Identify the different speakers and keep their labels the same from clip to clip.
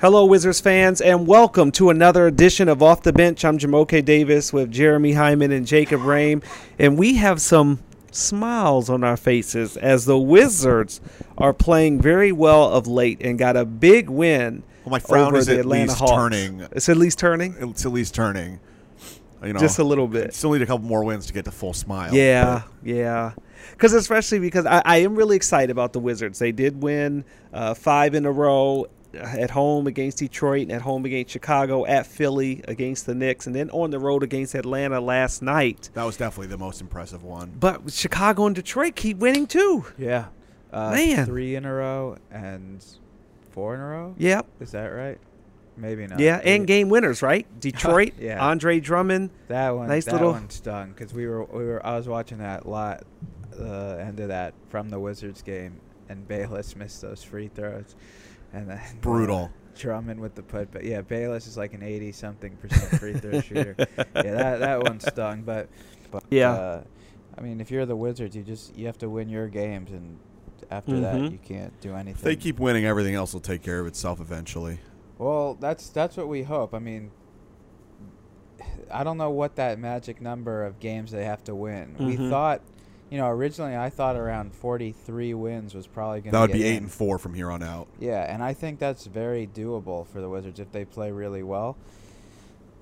Speaker 1: Hello, Wizards fans, and welcome to another edition of Off the Bench. I'm Jamoke Davis with Jeremy Hyman and Jacob Rame, and we have some smiles on our faces as the Wizards are playing very well of late and got a big win.
Speaker 2: Well, my frown
Speaker 1: over
Speaker 2: is
Speaker 1: the
Speaker 2: at
Speaker 1: Atlanta
Speaker 2: least
Speaker 1: Hawks.
Speaker 2: turning.
Speaker 1: It's at least turning.
Speaker 2: It's at least turning. You know,
Speaker 1: Just a little bit.
Speaker 2: Still need a couple more wins to get to full smile.
Speaker 1: Yeah, yeah. Because especially because I, I am really excited about the Wizards. They did win uh, five in a row uh, at home against Detroit, at home against Chicago, at Philly against the Knicks, and then on the road against Atlanta last night.
Speaker 2: That was definitely the most impressive one.
Speaker 1: But Chicago and Detroit keep winning too.
Speaker 3: Yeah. Uh,
Speaker 1: Man.
Speaker 3: Three in a row and four in a row?
Speaker 1: Yep.
Speaker 3: Is that right? Maybe not.
Speaker 1: Yeah, and
Speaker 3: Maybe-
Speaker 1: game winners, right? Detroit,
Speaker 3: Yeah.
Speaker 1: Andre Drummond.
Speaker 3: That one,
Speaker 1: nice
Speaker 3: that
Speaker 1: little-
Speaker 3: one stung because we were, we were, I was watching that lot, the end of that from the Wizards game, and Bayless missed those free throws, and then
Speaker 2: Brutal.
Speaker 3: uh, Drummond with the put, but yeah, Bayless is like an eighty something percent free throw shooter. Yeah, that that one stung, but, but
Speaker 1: Yeah.
Speaker 3: uh, I mean, if you're the Wizards, you just you have to win your games, and after
Speaker 1: Mhm.
Speaker 3: that, you can't do anything.
Speaker 2: If they keep winning, everything else will take care of itself eventually.
Speaker 3: Well, that's that's what we hope. I mean, I don't know what that magic number of games they have to win.
Speaker 1: Mhm.
Speaker 3: We thought, you know, originally I thought around 43 wins was probably going to
Speaker 2: That would be eight and four from here on out.
Speaker 3: Yeah, and I think that's very doable for the Wizards if they play really well.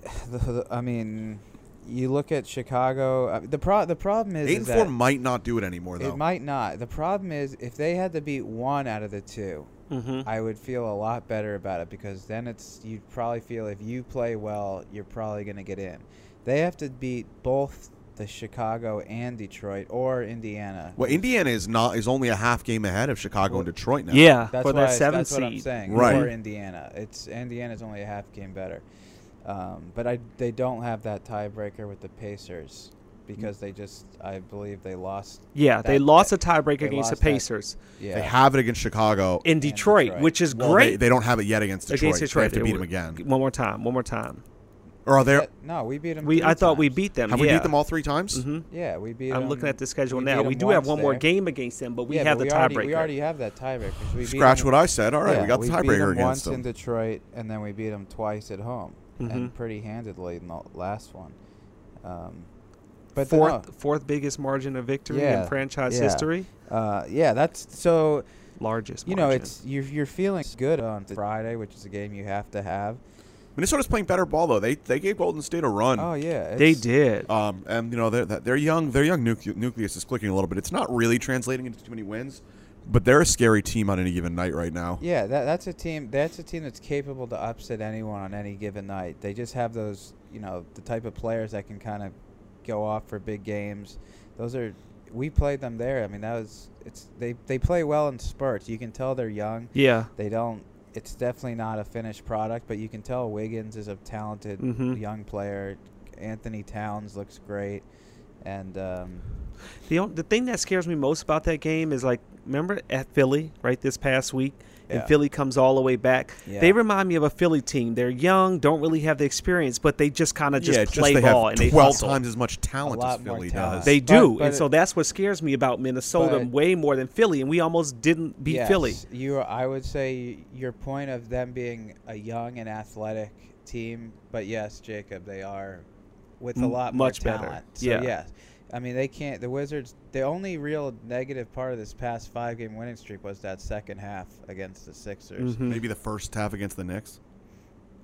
Speaker 3: The- the- I mean, you look at Chicago. I- The pro- the problem is,
Speaker 2: Eight
Speaker 3: is
Speaker 2: and
Speaker 3: that
Speaker 2: four might not do it anymore though.
Speaker 3: it might not. The problem is if they had to beat one out of the two,
Speaker 1: Mm-hmm.
Speaker 3: I would feel a lot better about it because then it's you'd probably feel if you play well, you're probably going to get in. They have to beat both the Chicago and Detroit or Indiana.
Speaker 2: well, Indiana is not is only a half game ahead of Chicago and Detroit now.
Speaker 1: Yeah,
Speaker 3: that's
Speaker 1: for
Speaker 3: why
Speaker 1: that seven
Speaker 3: that's
Speaker 1: seed.
Speaker 3: what I'm saying.
Speaker 2: Right.
Speaker 3: Or Indiana. It's Indiana's only a half game better. Um, but I they don't have that tiebreaker with the Pacers because they just I believe they lost.
Speaker 1: Yeah,
Speaker 3: that-
Speaker 1: they lost a
Speaker 3: that-
Speaker 1: tiebreaker
Speaker 3: they
Speaker 1: against the
Speaker 3: lost that-
Speaker 1: Pacers
Speaker 3: yeah.
Speaker 2: They have it against Chicago.
Speaker 1: in Detroit,
Speaker 3: Detroit.
Speaker 1: which is
Speaker 2: Well,
Speaker 1: great.
Speaker 2: They, they don't have it yet against Detroit.
Speaker 1: against Detroit,
Speaker 2: They have to
Speaker 1: It
Speaker 2: beat them
Speaker 1: w-
Speaker 2: again.
Speaker 1: One more time. One more time.
Speaker 2: Or are there?
Speaker 3: That- no, we beat them.
Speaker 1: We I thought we
Speaker 3: times.
Speaker 1: beat them.
Speaker 2: Have we beat them all three times?
Speaker 1: hmm
Speaker 3: Yeah, we beat.
Speaker 1: I'm looking
Speaker 3: 'em-
Speaker 1: at the schedule
Speaker 3: we
Speaker 1: now.
Speaker 3: beat
Speaker 1: We
Speaker 3: 'em
Speaker 1: do have
Speaker 3: once
Speaker 1: one more
Speaker 3: there.
Speaker 1: game against them, but we
Speaker 3: Yeah,
Speaker 1: have
Speaker 3: but
Speaker 1: the
Speaker 3: we already, We
Speaker 1: tiebreaker.
Speaker 3: already have that tiebreaker. 'cause We beat
Speaker 2: Scratch
Speaker 3: them-
Speaker 2: what I said. All right,
Speaker 3: yeah,
Speaker 2: we got the
Speaker 3: beat 'em
Speaker 2: tiebreaker against
Speaker 3: once in
Speaker 2: them.
Speaker 3: Detroit, and then we beat them twice at home,
Speaker 1: Mhm.
Speaker 3: and pretty handedly in the last one. Um, but the-
Speaker 1: fourth fourth biggest margin of victory
Speaker 3: Yeah,
Speaker 1: in franchise
Speaker 3: yeah.
Speaker 1: history.
Speaker 3: no, uh, yeah, that's so.
Speaker 1: Largest.
Speaker 3: You know,
Speaker 1: margin.
Speaker 3: it's you're you're feeling good on Friday, which is a game you have to have.
Speaker 2: Minnesota's playing better ball though. They they gave Golden State a run.
Speaker 3: Oh yeah,
Speaker 1: they
Speaker 3: it's-
Speaker 1: did.
Speaker 2: Um, and you know their their young their young nucle- nucleus is clicking a little bit. It's not really translating into too many wins, but they're a scary team on any given night right now.
Speaker 3: Yeah, that, that's a team. That's a team that's capable to upset anyone on any given night. They just have those, you know, the type of players that can kind of go off for big games. Those are we played them there. I mean, that was it's they they play well in spurts. You can tell they're young.
Speaker 1: yeah.
Speaker 3: They don't. It's definitely not a finished product, but you can tell Wiggins is a talented
Speaker 1: Mhm.
Speaker 3: young player. Anthony Towns looks great, and um,
Speaker 1: The on- the thing that scares me most about that game is like remember at Philly right this past week.
Speaker 3: Yeah.
Speaker 1: And Philly comes all the way back.
Speaker 3: Yeah.
Speaker 1: They remind me of a Philly team. They're young, don't really have the experience, but they just kind of just
Speaker 2: yeah,
Speaker 1: play
Speaker 2: they
Speaker 1: ball
Speaker 2: have
Speaker 1: and they
Speaker 2: twelve
Speaker 1: hustle.
Speaker 2: times as much talent as
Speaker 3: A lot more
Speaker 2: Philly
Speaker 3: talent.
Speaker 2: does.
Speaker 1: They
Speaker 3: But-
Speaker 1: do,
Speaker 3: but
Speaker 1: and so
Speaker 3: it-
Speaker 1: that's what scares me about Minnesota
Speaker 3: but-
Speaker 1: way more than Philly, and we almost didn't beat
Speaker 3: Yes,
Speaker 1: Philly.
Speaker 3: You, I would say your point of them being a young and athletic team, but yes, Jacob, they are with a
Speaker 1: M-
Speaker 3: lot
Speaker 1: much
Speaker 3: more
Speaker 1: better.
Speaker 3: talent. So,
Speaker 1: Yeah.
Speaker 3: yes. I mean, they can't. The Wizards. The only real negative part of this past five-game winning streak was that second half against the Sixers.
Speaker 1: Mhm.
Speaker 2: Maybe the first half against the Knicks.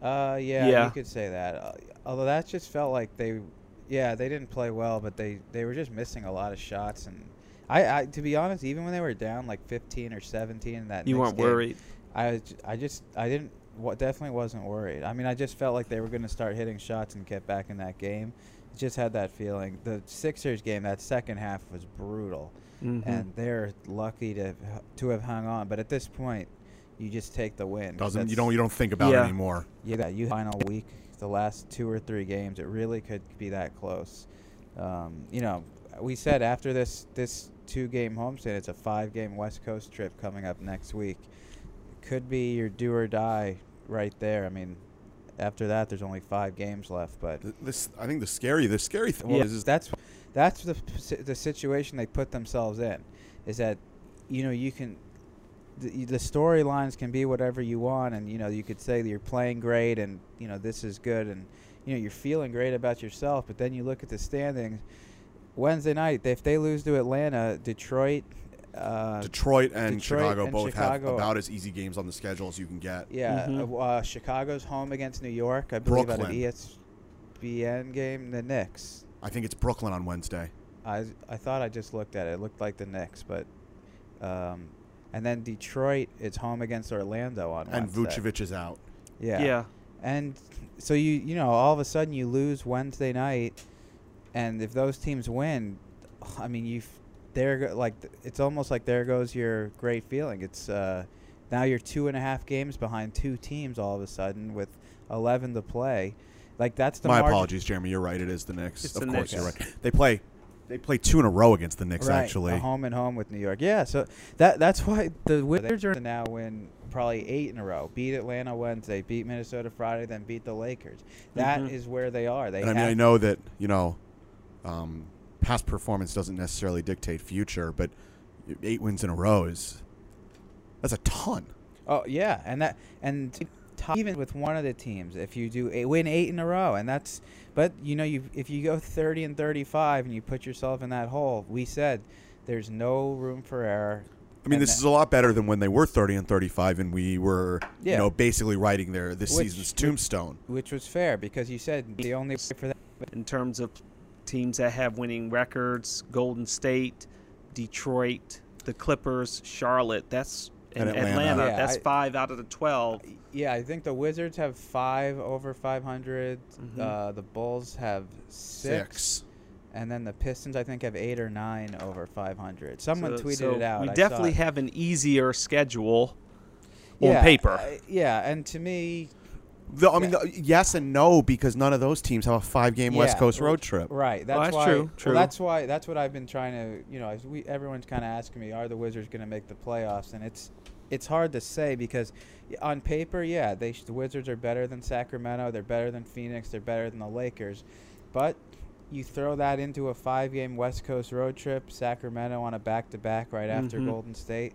Speaker 3: Uh, yeah,
Speaker 1: Mm-hmm. Yeah.
Speaker 3: you could say that. Uh, although that just felt like they, yeah, they didn't play well, but they they were just missing a lot of shots. And I, I to be honest, even when they were down like 15 or 17 in that
Speaker 1: You
Speaker 3: Knicks
Speaker 1: weren't
Speaker 3: game,
Speaker 1: worried.
Speaker 3: I was j- I just I didn't what definitely wasn't worried. I mean, I just felt like they were going to start hitting shots and get back in that game. Just had that feeling. The Sixers game, that second half was brutal,
Speaker 1: Mhm.
Speaker 3: and they're lucky to h- to have hung on. But at this point, you just take the win. 'cause
Speaker 2: Doesn't you
Speaker 3: that's-
Speaker 2: don't you don't think about
Speaker 1: Yeah.
Speaker 2: it anymore.
Speaker 3: Yeah, you final week, the last two or three games, it really could be that close. Um, you know, we said after this this two game homestand, it's a five game West Coast trip coming up next week. Could be your do or die right there. I mean, after that, there's only five games left, but
Speaker 2: Th- This I think the scary the scary thing
Speaker 1: Yeah.
Speaker 2: is, is
Speaker 3: that's that's the p- si- the situation they put themselves in, is that you know you can the, the storylines can be whatever you want, and you know you could say that you're playing great, and you know this is good, and you know you're feeling great about yourself. But then you look at the standings. Wednesday night, if they lose to Atlanta, Detroit, uh,
Speaker 2: Detroit and
Speaker 3: Detroit
Speaker 2: Chicago
Speaker 3: and
Speaker 2: both have
Speaker 3: Chicago.
Speaker 2: about as easy games on the schedule as you can get.
Speaker 3: yeah,
Speaker 1: Mhm.
Speaker 3: uh, w- uh, Chicago's home against New York, I believe, at an E
Speaker 2: Brooklyn.
Speaker 3: ESPN game. The Knicks.
Speaker 2: I think it's Brooklyn on Wednesday.
Speaker 3: I I thought I just looked at it. It looked like the Knicks, but um, and then Detroit it's home against Orlando on
Speaker 2: And
Speaker 3: Wednesday.
Speaker 2: Vucevic is out.
Speaker 1: Yeah.
Speaker 3: Yeah. And so you you know all of a sudden you lose Wednesday night, and if those teams win, I mean you there go- like th- it's almost like there goes your great feeling. It's uh, now you're two and a half games behind two teams all of a sudden with eleven to play. Like that's the
Speaker 2: My
Speaker 3: margin-
Speaker 2: apologies, Jeremy. You're right. It is the Knicks.
Speaker 1: It's
Speaker 2: of
Speaker 1: the Knicks.
Speaker 2: course, you're right. They play, they play two in a row against the Knicks.
Speaker 3: Right, Uh-huh.
Speaker 2: Actually,
Speaker 3: a home and home with New York. Yeah, so that that's why the Wizards are now win probably eight in a row. Beat Atlanta Wednesday, beat Minnesota Friday, then beat the Lakers. That is
Speaker 1: Mhm.
Speaker 3: where they are. They
Speaker 2: Mm-hmm. and I mean,
Speaker 3: have
Speaker 2: I know that you know, um, past performance doesn't necessarily dictate future, but eight wins in a row is that's a ton.
Speaker 3: Oh yeah, and that and to top, even with one of the teams, if you do eight, win eight in a row, and that's but you know you if you go thirty and thirty-five and you put yourself in that hole, we said there's no room for error.
Speaker 2: I mean,
Speaker 3: and
Speaker 2: this
Speaker 3: that-
Speaker 2: is a lot better than when they were 30 and 35, and we were, you
Speaker 3: Yeah.
Speaker 2: know, basically writing their this
Speaker 3: Which-
Speaker 2: season's tombstone.
Speaker 3: which was fair because you said the only way for that.
Speaker 1: in terms of teams that have winning records, Golden State, Detroit, the Clippers, Charlotte. That's and,
Speaker 2: And Atlanta.
Speaker 1: Atlanta.
Speaker 3: Yeah,
Speaker 1: that's
Speaker 3: I-
Speaker 1: five out of the twelve.
Speaker 3: Yeah, I think the Wizards have five over five
Speaker 1: Mhm.
Speaker 3: Uh, the Bulls have six, and then the Pistons I think have eight or nine over five hundred. Someone
Speaker 1: So-
Speaker 3: tweeted
Speaker 1: so
Speaker 3: it out.
Speaker 1: We
Speaker 3: I saw
Speaker 1: definitely
Speaker 3: it.
Speaker 1: have an easier schedule on
Speaker 3: Yeah,
Speaker 1: paper.
Speaker 3: uh, yeah, and to me,
Speaker 2: The- I mean, the- yes and no, because none of those teams have a five-game West
Speaker 3: Yeah.
Speaker 2: Coast road trip.
Speaker 3: Right. That's,
Speaker 1: Well, that's
Speaker 3: why.
Speaker 1: true,
Speaker 3: well,
Speaker 1: true.
Speaker 3: that's why. That's what I've been trying to. You know, as we everyone's kind of asking me, are the Wizards going to make the playoffs? And it's it's hard to say because y- on paper, yeah, they sh- the Wizards are better than Sacramento. They're better than Phoenix. They're better than the Lakers. But you throw that into a five-game West Coast road trip, Sacramento on a back-to-back right after
Speaker 1: Mhm.
Speaker 3: Golden State.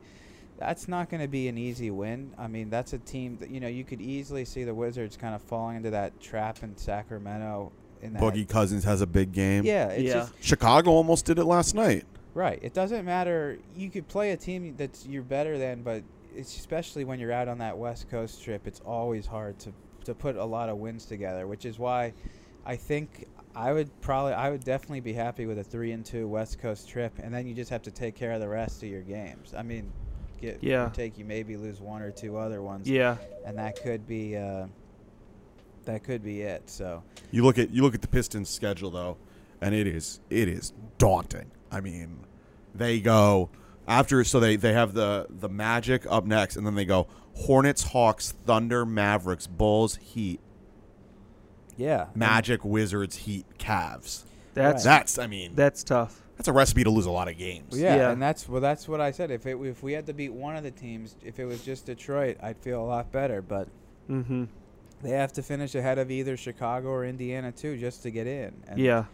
Speaker 3: That's not going to be an easy win. I mean, that's a team that you know you could easily see the Wizards kind of falling into that trap in Sacramento. In that
Speaker 2: Boogie Cousins has a big game.
Speaker 3: yeah, it's
Speaker 1: Yeah.
Speaker 3: just
Speaker 2: Chicago almost did it last night.
Speaker 3: right. It doesn't matter. You could play a team that's you're better than, but it's especially when you're out on that West Coast trip, it's always hard to to put a lot of wins together, which is why I think I would probably I would definitely be happy with a 3 and 2 West Coast trip and then you just have to take care of the rest of your games. I mean, get
Speaker 1: Yeah.
Speaker 3: take you maybe lose one or two other ones
Speaker 1: yeah.
Speaker 3: and that could be uh that could be it. So,
Speaker 2: You look at you look at the Pistons schedule though, and it is it is daunting. I mean, they go after so they they have the the Magic up next, and then they go Hornets, Hawks, Thunder, Mavericks, Bulls, Heat,
Speaker 3: yeah.
Speaker 2: Magic, Wizards, Heat, Cavs.
Speaker 1: That's
Speaker 2: That's I mean
Speaker 1: that's tough.
Speaker 2: that's a recipe to lose a lot of games.
Speaker 3: Yeah,
Speaker 1: Yeah.
Speaker 3: and that's well, that's what I said. If it, if we had to beat one of the teams, if it was just Detroit, I'd feel a lot better. But
Speaker 1: Mm-hmm.
Speaker 3: they have to finish ahead of either Chicago or Indiana too, just to get in. And
Speaker 1: Yeah.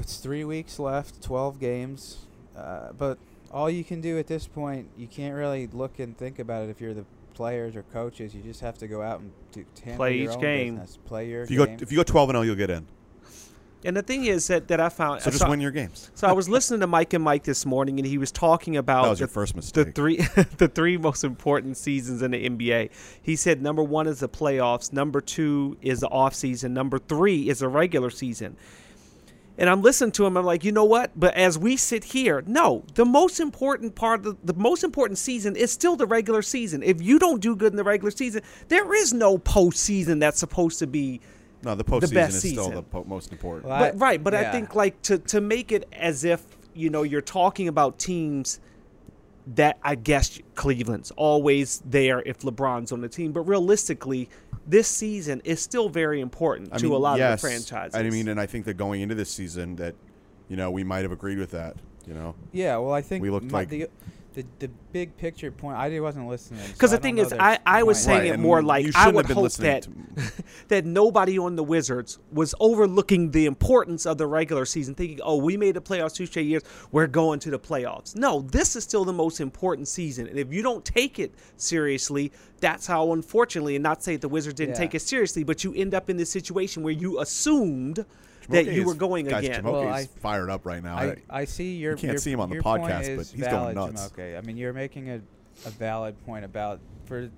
Speaker 3: it's three weeks left, twelve games, uh, but all you can do at this point, you can't really look and think about it if you're the players or coaches. You just have to go out and do, handle
Speaker 1: Play
Speaker 3: your
Speaker 1: each
Speaker 3: own
Speaker 1: game.
Speaker 3: business. Play your
Speaker 2: If you go
Speaker 3: game.
Speaker 2: if you go twelve and zero, you'll get in.
Speaker 1: And the thing is that, that I found
Speaker 2: So just
Speaker 1: so-
Speaker 2: win your games.
Speaker 1: So I was listening to Mike and Mike this morning, and he was talking about
Speaker 2: That was your
Speaker 1: Oh, the-
Speaker 2: first
Speaker 1: the
Speaker 2: mistake.
Speaker 1: three the three most important seasons in the NBA. He said number one is the playoffs, number two is the offseason, number three is the regular season. And I'm listening to him. I'm like, you know what? But as we sit here, no, the most important part, the, the most important season is still the regular season. If you don't do good in the regular season, there is no postseason that's supposed to be
Speaker 2: No, the postseason
Speaker 1: best
Speaker 2: is still
Speaker 1: season.
Speaker 2: the po- most important.
Speaker 3: Well, I-
Speaker 1: but, right, but I
Speaker 3: yeah.
Speaker 1: think like to to make it as if you know you're talking about teams that I guess Cleveland's always there if LeBron's on the team, but realistically, this season is still very important to a lot
Speaker 2: yes.
Speaker 1: of the franchises.
Speaker 2: I mean, and I think that going into this season, that you know, we might have agreed with that. You know,
Speaker 3: Yeah, well, I think
Speaker 2: We looked
Speaker 3: my,
Speaker 2: like
Speaker 3: the, the the big picture point. I wasn't listening. so
Speaker 1: Because
Speaker 3: I
Speaker 1: the
Speaker 3: don't
Speaker 1: thing
Speaker 3: know
Speaker 1: is,
Speaker 3: their
Speaker 1: I, I was
Speaker 3: point.
Speaker 1: saying
Speaker 2: Right,
Speaker 1: it
Speaker 2: and
Speaker 1: more
Speaker 2: you
Speaker 1: like
Speaker 2: shouldn't
Speaker 1: I
Speaker 2: have
Speaker 1: would
Speaker 2: been
Speaker 1: hope
Speaker 2: listening
Speaker 1: that that nobody on the Wizards was overlooking the importance of the regular season, thinking, "Oh, we made the playoffs two straight years. We're going to the playoffs." No, this is still the most important season, and if you don't take it seriously, that's how, unfortunately, and not say the Wizards didn't
Speaker 3: Yeah.
Speaker 1: take it seriously, but you end up in this situation where you assumed that
Speaker 2: Jamoke
Speaker 1: you
Speaker 2: is-
Speaker 1: were going
Speaker 2: guys,
Speaker 1: again.
Speaker 2: Jamoke
Speaker 3: Well,
Speaker 2: is
Speaker 3: I-
Speaker 2: fired up right now.
Speaker 3: I, I see your.
Speaker 2: can't
Speaker 3: your-
Speaker 2: see him on the
Speaker 3: your point
Speaker 2: podcast, but
Speaker 3: is
Speaker 2: he's going
Speaker 3: valid,
Speaker 2: nuts.
Speaker 3: Jamoke. I mean, you're making a, a valid point about for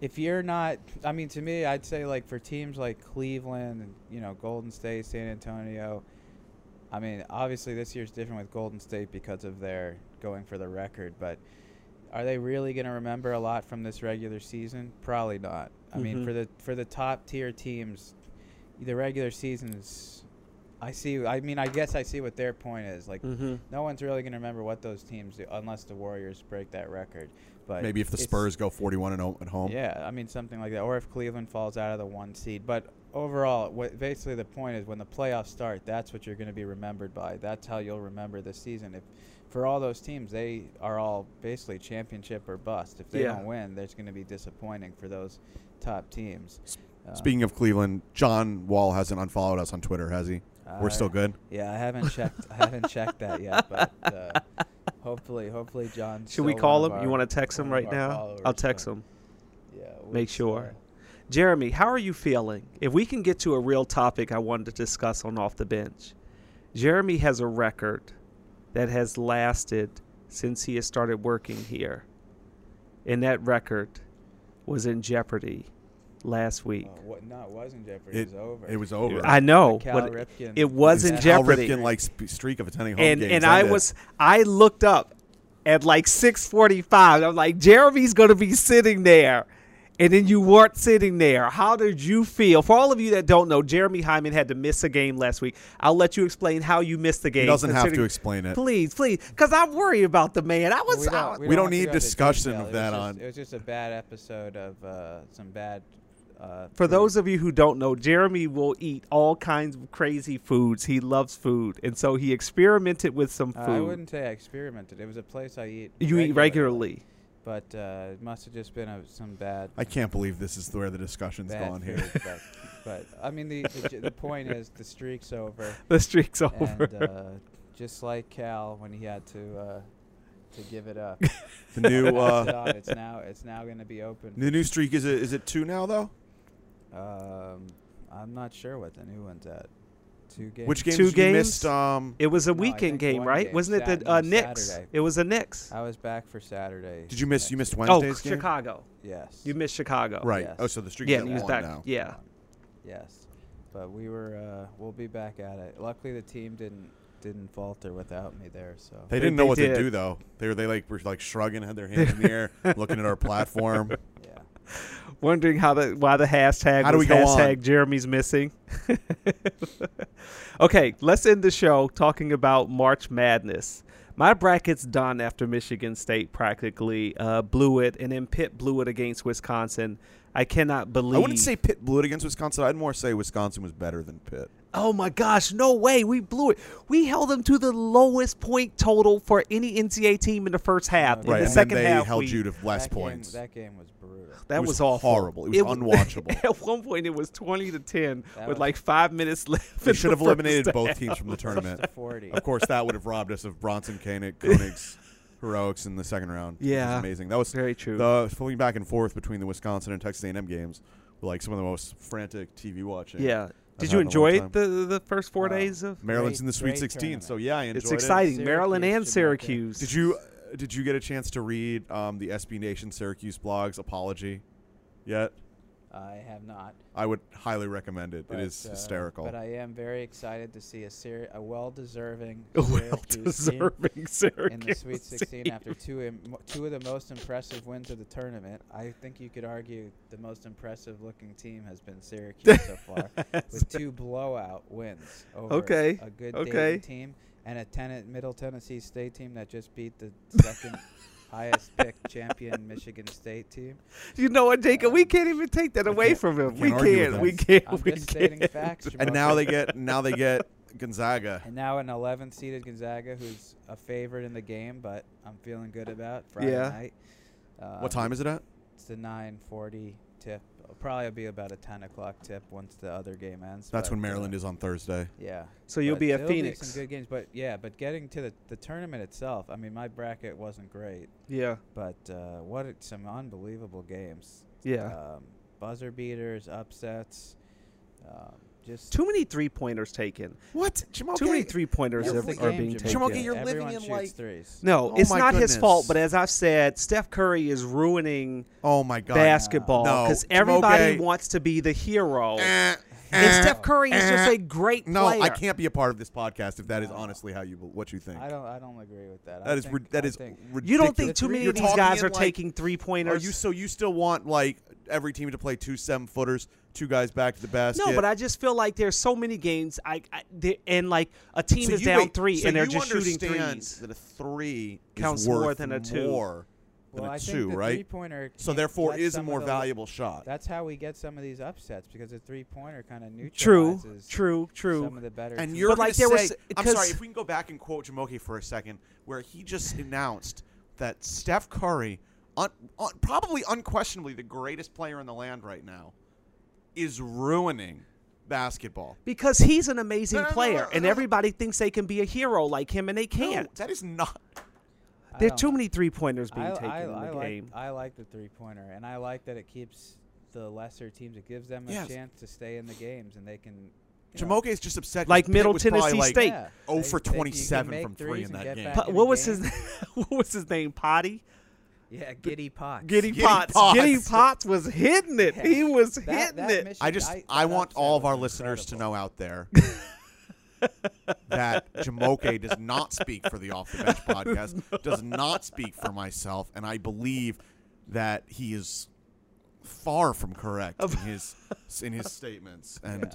Speaker 3: if you're not. I mean, to me, I'd say like for teams like Cleveland and you know Golden State, San Antonio. I mean, obviously this year's different with Golden State because of their going for the record, but are they really going to remember a lot from this regular season? Probably not. I
Speaker 1: Mhm.
Speaker 3: mean, for the for the top tier teams, the regular season is. I see. I mean, I guess I see what their point is. Like,
Speaker 1: mm-hmm.
Speaker 3: no one's really going to remember what those teams do unless the Warriors break that record. But
Speaker 2: Maybe if the
Speaker 3: it's-
Speaker 2: Spurs go 41 and 0 at home.
Speaker 3: yeah, I mean something like that, or if Cleveland falls out of the one seed. But overall, what basically the point is when the playoffs start, that's what you're going to be remembered by. That's how you'll remember the season. If for all those teams, they are all basically championship or bust. If they
Speaker 1: Yeah.
Speaker 3: don't win, there's going to be disappointing for those top teams. Uh,
Speaker 2: Speaking of Cleveland, John Wall hasn't unfollowed us on Twitter, has he? We're
Speaker 3: I-
Speaker 2: still good.
Speaker 3: Yeah, I haven't checked. I haven't checked that yet, but uh, hopefully, hopefully, John.
Speaker 1: Should we call him? you want to text him right now? I'll text him.
Speaker 3: Yeah,
Speaker 1: Make
Speaker 3: we'll-
Speaker 1: sure. Jeremy, how are you feeling? If we can get to a real topic I wanted to discuss on off the bench. Jeremy has a record that has lasted since he has started working here. And that record was in jeopardy last week.
Speaker 3: Uh, what? Not wasn't Jeopardy.
Speaker 2: It,
Speaker 3: It was over.
Speaker 2: it was over.
Speaker 1: I know,
Speaker 3: Oh, Cal
Speaker 1: but
Speaker 3: Ripken.
Speaker 1: it was
Speaker 2: His
Speaker 1: in
Speaker 2: Al
Speaker 1: jeopardy.
Speaker 2: Ripken like sp- streak of attending home
Speaker 1: and
Speaker 2: games
Speaker 1: and I
Speaker 2: ended.
Speaker 1: was I looked up at like 6:45. I'm like Jeremy's going to be sitting there. And then you weren't sitting there. How did you feel? For all of you that don't know, Jeremy Hyman had to miss a game last week. I'll let you explain how you missed the game.
Speaker 2: doesn't have to
Speaker 1: considering-
Speaker 2: explain it.
Speaker 1: Please, please, because I'm worried about the man. I was.
Speaker 3: we don't,
Speaker 2: we don't
Speaker 3: have to
Speaker 2: need
Speaker 3: go into
Speaker 2: discussion of
Speaker 3: detail. It was
Speaker 2: that
Speaker 3: just-
Speaker 2: on-
Speaker 3: It was just a bad episode of uh, some bad. Uh,
Speaker 1: For those of you who don't know, Jeremy will eat all kinds of crazy foods. He loves food, and so he experimented with some
Speaker 3: uh, I
Speaker 1: food.
Speaker 3: wouldn't say I experimented. It was a place I eat.
Speaker 1: you eat regularly.
Speaker 3: but uh, it must have just been a, some bad.
Speaker 2: I can't believe this is where the discussion's
Speaker 3: bad
Speaker 2: gone
Speaker 3: food,
Speaker 2: here.
Speaker 3: but, but I mean, the, the j- the point is the streak's over,
Speaker 1: The streak's over.
Speaker 3: and uh, just like Cal when he had to uh, to give it up.
Speaker 2: The new
Speaker 3: It's
Speaker 2: uh,
Speaker 3: on. it's now it's now going to be open.
Speaker 2: the new streak is it is it two now though?
Speaker 3: Um, I'm not sure what the new one's at. Two games.
Speaker 2: Which games
Speaker 1: Two
Speaker 2: you
Speaker 1: games?
Speaker 2: missed? Um,
Speaker 1: It was a
Speaker 3: No, I
Speaker 1: weekend
Speaker 3: think
Speaker 1: game,
Speaker 3: one
Speaker 1: right?
Speaker 3: game,
Speaker 1: Wasn't it
Speaker 3: Sat-
Speaker 1: the uh,
Speaker 3: no,
Speaker 1: Knicks?
Speaker 3: Saturday.
Speaker 1: It was the Knicks.
Speaker 3: I was back for Saturday.
Speaker 2: did you miss? You
Speaker 3: next
Speaker 2: missed
Speaker 3: week.
Speaker 1: Oh,
Speaker 2: Uh, Wednesday's game?
Speaker 1: Chicago.
Speaker 3: Yes.
Speaker 1: You missed Chicago.
Speaker 2: Right.
Speaker 3: Yes.
Speaker 2: Oh, so the streak
Speaker 1: Yeah,
Speaker 2: is at
Speaker 1: he was
Speaker 2: one
Speaker 1: back.
Speaker 2: now.
Speaker 1: Yeah.
Speaker 3: Yes, but we were. Uh, we'll be back at it. Luckily, the team didn't didn't falter without me there. So.
Speaker 2: They
Speaker 1: They-
Speaker 2: didn't know
Speaker 1: they
Speaker 2: what
Speaker 1: did.
Speaker 2: to do though. They were they like were like shrugging, had their hands in the air, looking at our platform.
Speaker 3: yeah.
Speaker 1: Wondering how the why the hashtag
Speaker 2: How do
Speaker 1: was
Speaker 2: we go on?
Speaker 1: hashtag Jeremy's missing. okay, let's end the show talking about March Madness. My bracket's done after Michigan State practically uh, blew it, and then Pitt blew it against Wisconsin. I cannot believe.
Speaker 2: I wouldn't say Pitt blew it against Wisconsin. I'd more say Wisconsin was better than Pitt.
Speaker 1: Oh my gosh, no way. We blew it. We held them to the lowest point total for any NCAA team in the first half.
Speaker 3: Right,
Speaker 1: in the
Speaker 2: and
Speaker 1: second
Speaker 2: then they
Speaker 1: half,
Speaker 2: held
Speaker 1: we,
Speaker 2: you to less
Speaker 3: that
Speaker 2: points.
Speaker 3: Game, that game was brutal.
Speaker 1: that
Speaker 2: It was
Speaker 1: awful.
Speaker 2: horrible. It was
Speaker 1: wa-
Speaker 2: unwatchable.
Speaker 1: at one point, it was 20 to 10
Speaker 3: That
Speaker 1: with
Speaker 3: was-
Speaker 1: like five minutes left.
Speaker 2: they
Speaker 1: in
Speaker 2: should
Speaker 1: the
Speaker 2: have eliminated
Speaker 1: first
Speaker 2: both
Speaker 1: half.
Speaker 2: teams from the tournament.
Speaker 3: Just a Forty.
Speaker 2: of course, that would have robbed us of Bronson Koenig, Koenig's heroics in the second round. which is
Speaker 1: Yeah.
Speaker 2: amazing. That was
Speaker 1: Very true.
Speaker 2: The flipping back and forth between the Wisconsin and Texas A&M games, were like some of the most frantic TV watching.
Speaker 1: Yeah. Did
Speaker 2: had
Speaker 1: you
Speaker 2: in a long
Speaker 1: enjoy
Speaker 2: time.
Speaker 1: it the, the first four
Speaker 3: Wow.
Speaker 1: days of?
Speaker 2: Maryland's
Speaker 3: Great-
Speaker 2: in the Sweet
Speaker 3: great
Speaker 2: 16,
Speaker 3: tournament.
Speaker 2: so yeah, I enjoyed
Speaker 1: It's
Speaker 2: it.
Speaker 1: exciting. Maryland
Speaker 3: Syracuse,
Speaker 1: and
Speaker 3: Jamaica.
Speaker 1: Syracuse.
Speaker 2: Did you did you get a chance to read um, the SB Nation Syracuse blog's apology yet?
Speaker 3: I have not.
Speaker 2: I would highly recommend it.
Speaker 3: But,
Speaker 2: it is
Speaker 3: uh,
Speaker 2: hysterical.
Speaker 3: But I am very excited to see a seri- a well-deserving,
Speaker 1: well
Speaker 3: Syracuse team
Speaker 1: deserving Syracuse
Speaker 3: in the Sweet 16
Speaker 1: team.
Speaker 3: after two Im- two of the most impressive wins of the tournament. I think you could argue the most impressive-looking team has been Syracuse so far, with two blowout wins over
Speaker 1: Okay,
Speaker 3: a good
Speaker 1: okay.
Speaker 3: Dayton team and a ten- Middle Tennessee State team that just beat the second highest-picked champion Michigan State team.
Speaker 1: You know what, Jacob? We can't even take that away
Speaker 2: can't-
Speaker 1: from him.
Speaker 2: I
Speaker 1: We
Speaker 2: can't argue with
Speaker 1: can't.
Speaker 2: him.
Speaker 1: We can't.
Speaker 3: I'm
Speaker 1: we
Speaker 3: just
Speaker 1: can't.
Speaker 3: stating facts.
Speaker 2: and
Speaker 3: Jamal.
Speaker 2: now they get now they get Gonzaga.
Speaker 3: And now an 11 seeded Gonzaga, who's a favorite in the game, but I'm feeling good about Friday
Speaker 1: Yeah.
Speaker 3: night. Uh,
Speaker 2: what time is it at?
Speaker 3: It's the 9:40 tip. It'll probably be about a 10 o'clock tip once the other game ends.
Speaker 2: That's
Speaker 3: but,
Speaker 2: when Maryland
Speaker 3: uh,
Speaker 2: is on Thursday.
Speaker 3: Yeah.
Speaker 1: So you'll
Speaker 3: But
Speaker 1: be at
Speaker 3: there'll
Speaker 1: Phoenix.
Speaker 3: some good games, but yeah, but getting to the, the tournament itself, I mean, my bracket wasn't great,
Speaker 1: Yeah.
Speaker 3: but uh, what it- some unbelievable games.
Speaker 1: Yeah.
Speaker 3: Um, buzzer beaters, upsets, um, just
Speaker 1: Too many three pointers taken.
Speaker 2: What? Jamal
Speaker 1: Too many three pointers
Speaker 3: That's
Speaker 1: are,
Speaker 3: the
Speaker 1: are
Speaker 3: game,
Speaker 1: being
Speaker 3: Jamal.
Speaker 1: taken.
Speaker 2: Jamal, you're living
Speaker 3: everyone
Speaker 2: in,
Speaker 3: shoots
Speaker 2: like-
Speaker 3: threes.
Speaker 1: No,
Speaker 2: Oh
Speaker 1: it's
Speaker 2: my
Speaker 1: not his fault.
Speaker 2: goodness.
Speaker 1: But as I've said, Steph Curry is ruining
Speaker 2: Oh my God.
Speaker 1: basketball
Speaker 2: No.
Speaker 1: because everybody
Speaker 2: Moge.
Speaker 1: wants to be the hero.
Speaker 2: Eh,
Speaker 1: and
Speaker 2: eh,
Speaker 1: Steph Curry is just
Speaker 2: eh.
Speaker 1: a great
Speaker 2: No,
Speaker 1: player.
Speaker 2: I can't be a part of this podcast if that is
Speaker 3: No.
Speaker 2: honestly how you what you think.
Speaker 3: I don't. I don't agree with that.
Speaker 2: That
Speaker 3: I
Speaker 2: is rid-
Speaker 3: think-
Speaker 2: that
Speaker 3: I
Speaker 2: is
Speaker 3: think-
Speaker 2: ridiculous.
Speaker 1: You don't think
Speaker 3: The
Speaker 1: too many
Speaker 2: You're
Speaker 1: of these
Speaker 2: talking
Speaker 1: guys
Speaker 2: in,
Speaker 1: are
Speaker 2: like-
Speaker 1: taking three
Speaker 2: Are
Speaker 1: pointers?
Speaker 2: you so you still want like every team to play two seven footers, two guys back to the basket?
Speaker 1: no, but I just feel like there's so many games. I, I there- and like a team
Speaker 2: So
Speaker 1: is
Speaker 2: you-
Speaker 1: down
Speaker 2: wait,
Speaker 1: three
Speaker 2: so
Speaker 1: and they're
Speaker 2: you
Speaker 1: just shooting
Speaker 2: understand
Speaker 1: threes.
Speaker 2: That a three is
Speaker 1: Counts more
Speaker 2: worth
Speaker 1: than a two.
Speaker 2: more than
Speaker 3: well,
Speaker 2: a
Speaker 3: I think
Speaker 2: two,
Speaker 3: the
Speaker 2: right?
Speaker 3: Three-pointer
Speaker 2: so
Speaker 3: can't-
Speaker 2: therefore,
Speaker 3: that's
Speaker 2: is a
Speaker 3: some of
Speaker 2: more
Speaker 3: the-
Speaker 2: valuable shot.
Speaker 3: That's how we get some of these upsets because the three-pointer kind of
Speaker 1: True,
Speaker 3: neutralizes
Speaker 1: true,
Speaker 3: some of
Speaker 1: true.
Speaker 3: the better.
Speaker 2: And
Speaker 3: teams.
Speaker 2: you're
Speaker 1: But,
Speaker 2: gonna
Speaker 1: like, there
Speaker 2: say,
Speaker 1: was-
Speaker 2: I'm
Speaker 1: because-
Speaker 2: sorry if we can go back and quote Jamoke for a second, where he just announced that Steph Curry, un, un, probably unquestionably the greatest player in the land right now, is ruining basketball.
Speaker 1: Because he's an amazing
Speaker 2: No, no, no,
Speaker 1: player,
Speaker 2: no,
Speaker 1: and
Speaker 2: no.
Speaker 1: everybody thinks they can be a hero like him, and they
Speaker 2: No,
Speaker 1: can't.
Speaker 2: that is not.
Speaker 3: I
Speaker 1: There are
Speaker 3: don't
Speaker 1: too
Speaker 3: know.
Speaker 1: many three pointers being
Speaker 3: I,
Speaker 1: taken
Speaker 3: I,
Speaker 1: in the
Speaker 3: I like,
Speaker 1: game.
Speaker 3: I like the three-pointer, and I like that it keeps the lesser teams. It gives them a
Speaker 2: Yes.
Speaker 3: chance to stay in the games, and they can. you know,
Speaker 2: Jamoke is just upset. 'cause
Speaker 1: Like
Speaker 2: Pitt
Speaker 1: Middle
Speaker 2: was probably,
Speaker 1: Tennessee
Speaker 2: like,
Speaker 1: State.
Speaker 3: Yeah.
Speaker 2: 0
Speaker 3: They-
Speaker 2: for
Speaker 3: they- you can
Speaker 2: 27
Speaker 3: make
Speaker 2: from
Speaker 3: threes
Speaker 2: three in
Speaker 3: and
Speaker 2: that
Speaker 3: get
Speaker 2: game.
Speaker 3: back
Speaker 1: Po-
Speaker 3: in the
Speaker 1: what was
Speaker 3: game.
Speaker 1: his what was his name? Potty.
Speaker 3: Yeah, Giddy Pot.
Speaker 1: Giddy,
Speaker 2: Giddy
Speaker 1: Potts.
Speaker 2: Potts.
Speaker 1: Giddy Potts was hitting it.
Speaker 3: Yeah.
Speaker 1: He was
Speaker 3: That-
Speaker 1: hitting
Speaker 3: that
Speaker 1: it.
Speaker 3: Michigan-
Speaker 2: I just
Speaker 3: I-
Speaker 2: I,
Speaker 3: that
Speaker 2: want
Speaker 3: upset
Speaker 2: all of
Speaker 3: was
Speaker 2: our listeners to
Speaker 3: incredible.
Speaker 2: know out there that Jamoke does not speak for the Off the Bench podcast, does not speak for myself, and I believe that he is far from correct in his in his statements. And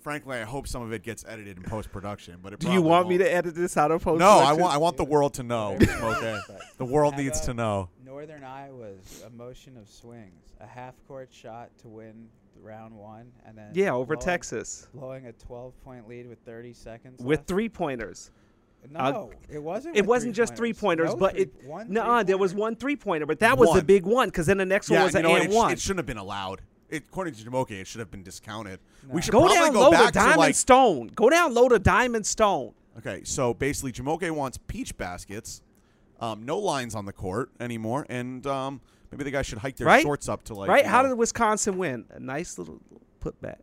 Speaker 2: frankly, I hope some of it gets edited in post production. But it
Speaker 1: Do you
Speaker 2: probably
Speaker 1: want me
Speaker 2: won't.
Speaker 1: to edit this out of post?
Speaker 2: No, I want I want the world to know,
Speaker 3: Whatever it
Speaker 2: Jamoke.
Speaker 3: is, but
Speaker 2: The world
Speaker 3: Have
Speaker 2: needs
Speaker 3: a-
Speaker 2: to know.
Speaker 3: Northern Iowa's emotion of swings, a half-court shot to win round one, and then
Speaker 1: Yeah, over
Speaker 3: blowing-
Speaker 1: Texas
Speaker 3: blowing a 12-point lead with 30 seconds
Speaker 1: with
Speaker 3: left.
Speaker 1: three pointers.
Speaker 3: No, it wasn't.
Speaker 1: It
Speaker 3: with
Speaker 1: wasn't just three pointers,
Speaker 3: No
Speaker 1: but
Speaker 3: three-
Speaker 1: it.
Speaker 3: one
Speaker 1: No, there was
Speaker 3: three-pointer.
Speaker 1: one three pointer, but that was the
Speaker 2: One.
Speaker 1: big one because then the next one
Speaker 2: Yeah,
Speaker 1: was
Speaker 2: you
Speaker 1: an
Speaker 2: know what?
Speaker 1: and
Speaker 2: it, sh-
Speaker 1: one.
Speaker 2: it shouldn't have been allowed. It, according to Jamoke, it should have been discounted.
Speaker 3: No.
Speaker 2: We should
Speaker 1: go
Speaker 2: probably
Speaker 1: down
Speaker 2: go
Speaker 1: low to
Speaker 2: back
Speaker 1: Diamond
Speaker 2: like
Speaker 1: Stone. Go down low to Diamond Stone.
Speaker 2: Okay, so basically, Jamoke wants peach baskets, um, no lines on the court anymore, and um, maybe the guy should hike their
Speaker 1: Right?
Speaker 2: shorts up to like
Speaker 1: right?
Speaker 2: you
Speaker 1: How
Speaker 2: know-
Speaker 1: did Wisconsin win? A nice little putback.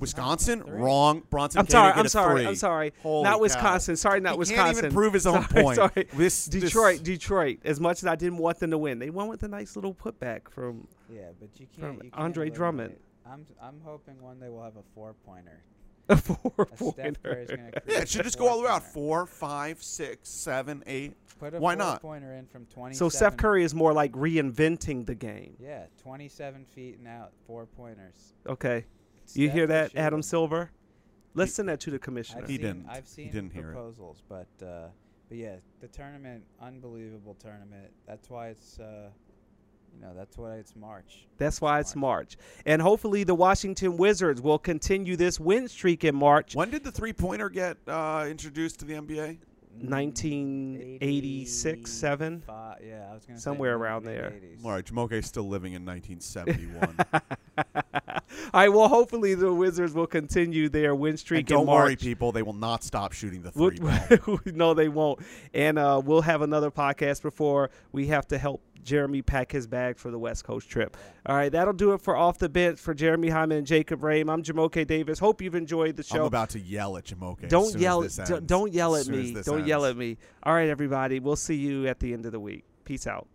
Speaker 2: Wisconsin
Speaker 3: Three.
Speaker 2: wrong? Bronson,
Speaker 1: I'm
Speaker 2: Kane
Speaker 1: sorry.
Speaker 2: get
Speaker 1: I'm
Speaker 2: a
Speaker 1: sorry.
Speaker 2: three.
Speaker 1: I'm sorry.
Speaker 2: Holy
Speaker 1: not
Speaker 2: cow.
Speaker 1: Wisconsin. Sorry, not
Speaker 2: He can't even
Speaker 1: Wisconsin.
Speaker 2: prove his own
Speaker 1: Sorry,
Speaker 2: point.
Speaker 1: Sorry.
Speaker 2: This- this-
Speaker 1: Detroit. Detroit. As much as I didn't want them to win, they won with a nice little putback from
Speaker 3: Yeah, but you can't.
Speaker 1: From
Speaker 3: you can't
Speaker 1: Andre
Speaker 3: eliminate-
Speaker 1: Drummond.
Speaker 3: I'm I'm hoping one day we'll have a four-pointer.
Speaker 1: a four
Speaker 3: A Steph
Speaker 1: pointer.
Speaker 3: Curry's gonna
Speaker 2: Yeah,
Speaker 3: create
Speaker 2: it should
Speaker 3: a
Speaker 2: just go all the way out. Four,
Speaker 3: four-pointer.
Speaker 2: five, six, seven, eight.
Speaker 3: Put a
Speaker 2: Why not?
Speaker 3: Pointer in from 27.
Speaker 1: So Steph Curry is more like reinventing the game.
Speaker 3: Yeah, 27 feet and out, four pointers.
Speaker 1: Okay. You
Speaker 3: Steph
Speaker 1: hear
Speaker 3: will
Speaker 1: that,
Speaker 3: shoot
Speaker 1: Adam
Speaker 3: them.
Speaker 1: Silver? Let's send that to the
Speaker 3: I've
Speaker 1: commissioner.
Speaker 2: He
Speaker 3: seen,
Speaker 2: didn't.
Speaker 3: I've
Speaker 2: He
Speaker 3: seen
Speaker 2: didn't hear it.
Speaker 3: proposals, but uh, but yeah, the tournament, unbelievable tournament. That's why it's uh, you know that's why it's March.
Speaker 1: That's why it's March. And hopefully the Washington Wizards will continue this win streak in March.
Speaker 2: When did the three pointer get uh, introduced to the NBA?
Speaker 3: Mm,
Speaker 1: 1986, 7.
Speaker 3: Fi- yeah, I was gonna say
Speaker 1: Somewhere
Speaker 3: mid-
Speaker 1: around there.
Speaker 3: mid-eighties.
Speaker 2: All right, Jamoke's still living in 1971.
Speaker 1: All right, well, hopefully the Wizards will continue their win
Speaker 2: and
Speaker 1: streak in
Speaker 2: don't worry,
Speaker 1: March.
Speaker 2: people, they will not stop shooting the
Speaker 1: We'll-
Speaker 2: three. ball.
Speaker 1: no, they won't. And uh, we'll have another podcast before we have to help Jeremy pack his bag for the West Coast trip. All right, that'll do it for Off the Bench for Jeremy Hyman and Jacob Rame. I'm Jamoke Davis. Hope you've enjoyed the
Speaker 2: I'm
Speaker 1: show.
Speaker 2: about to yell at Jamoke. as soon
Speaker 1: Don't
Speaker 2: as
Speaker 1: yell,
Speaker 2: this
Speaker 1: d-
Speaker 2: ends.
Speaker 1: don't yell
Speaker 2: As
Speaker 1: at
Speaker 2: soon as
Speaker 1: me.
Speaker 2: this
Speaker 1: Don't yell
Speaker 2: ends.
Speaker 1: at me. All right, everybody. We'll see you at the end of the week. Peace out.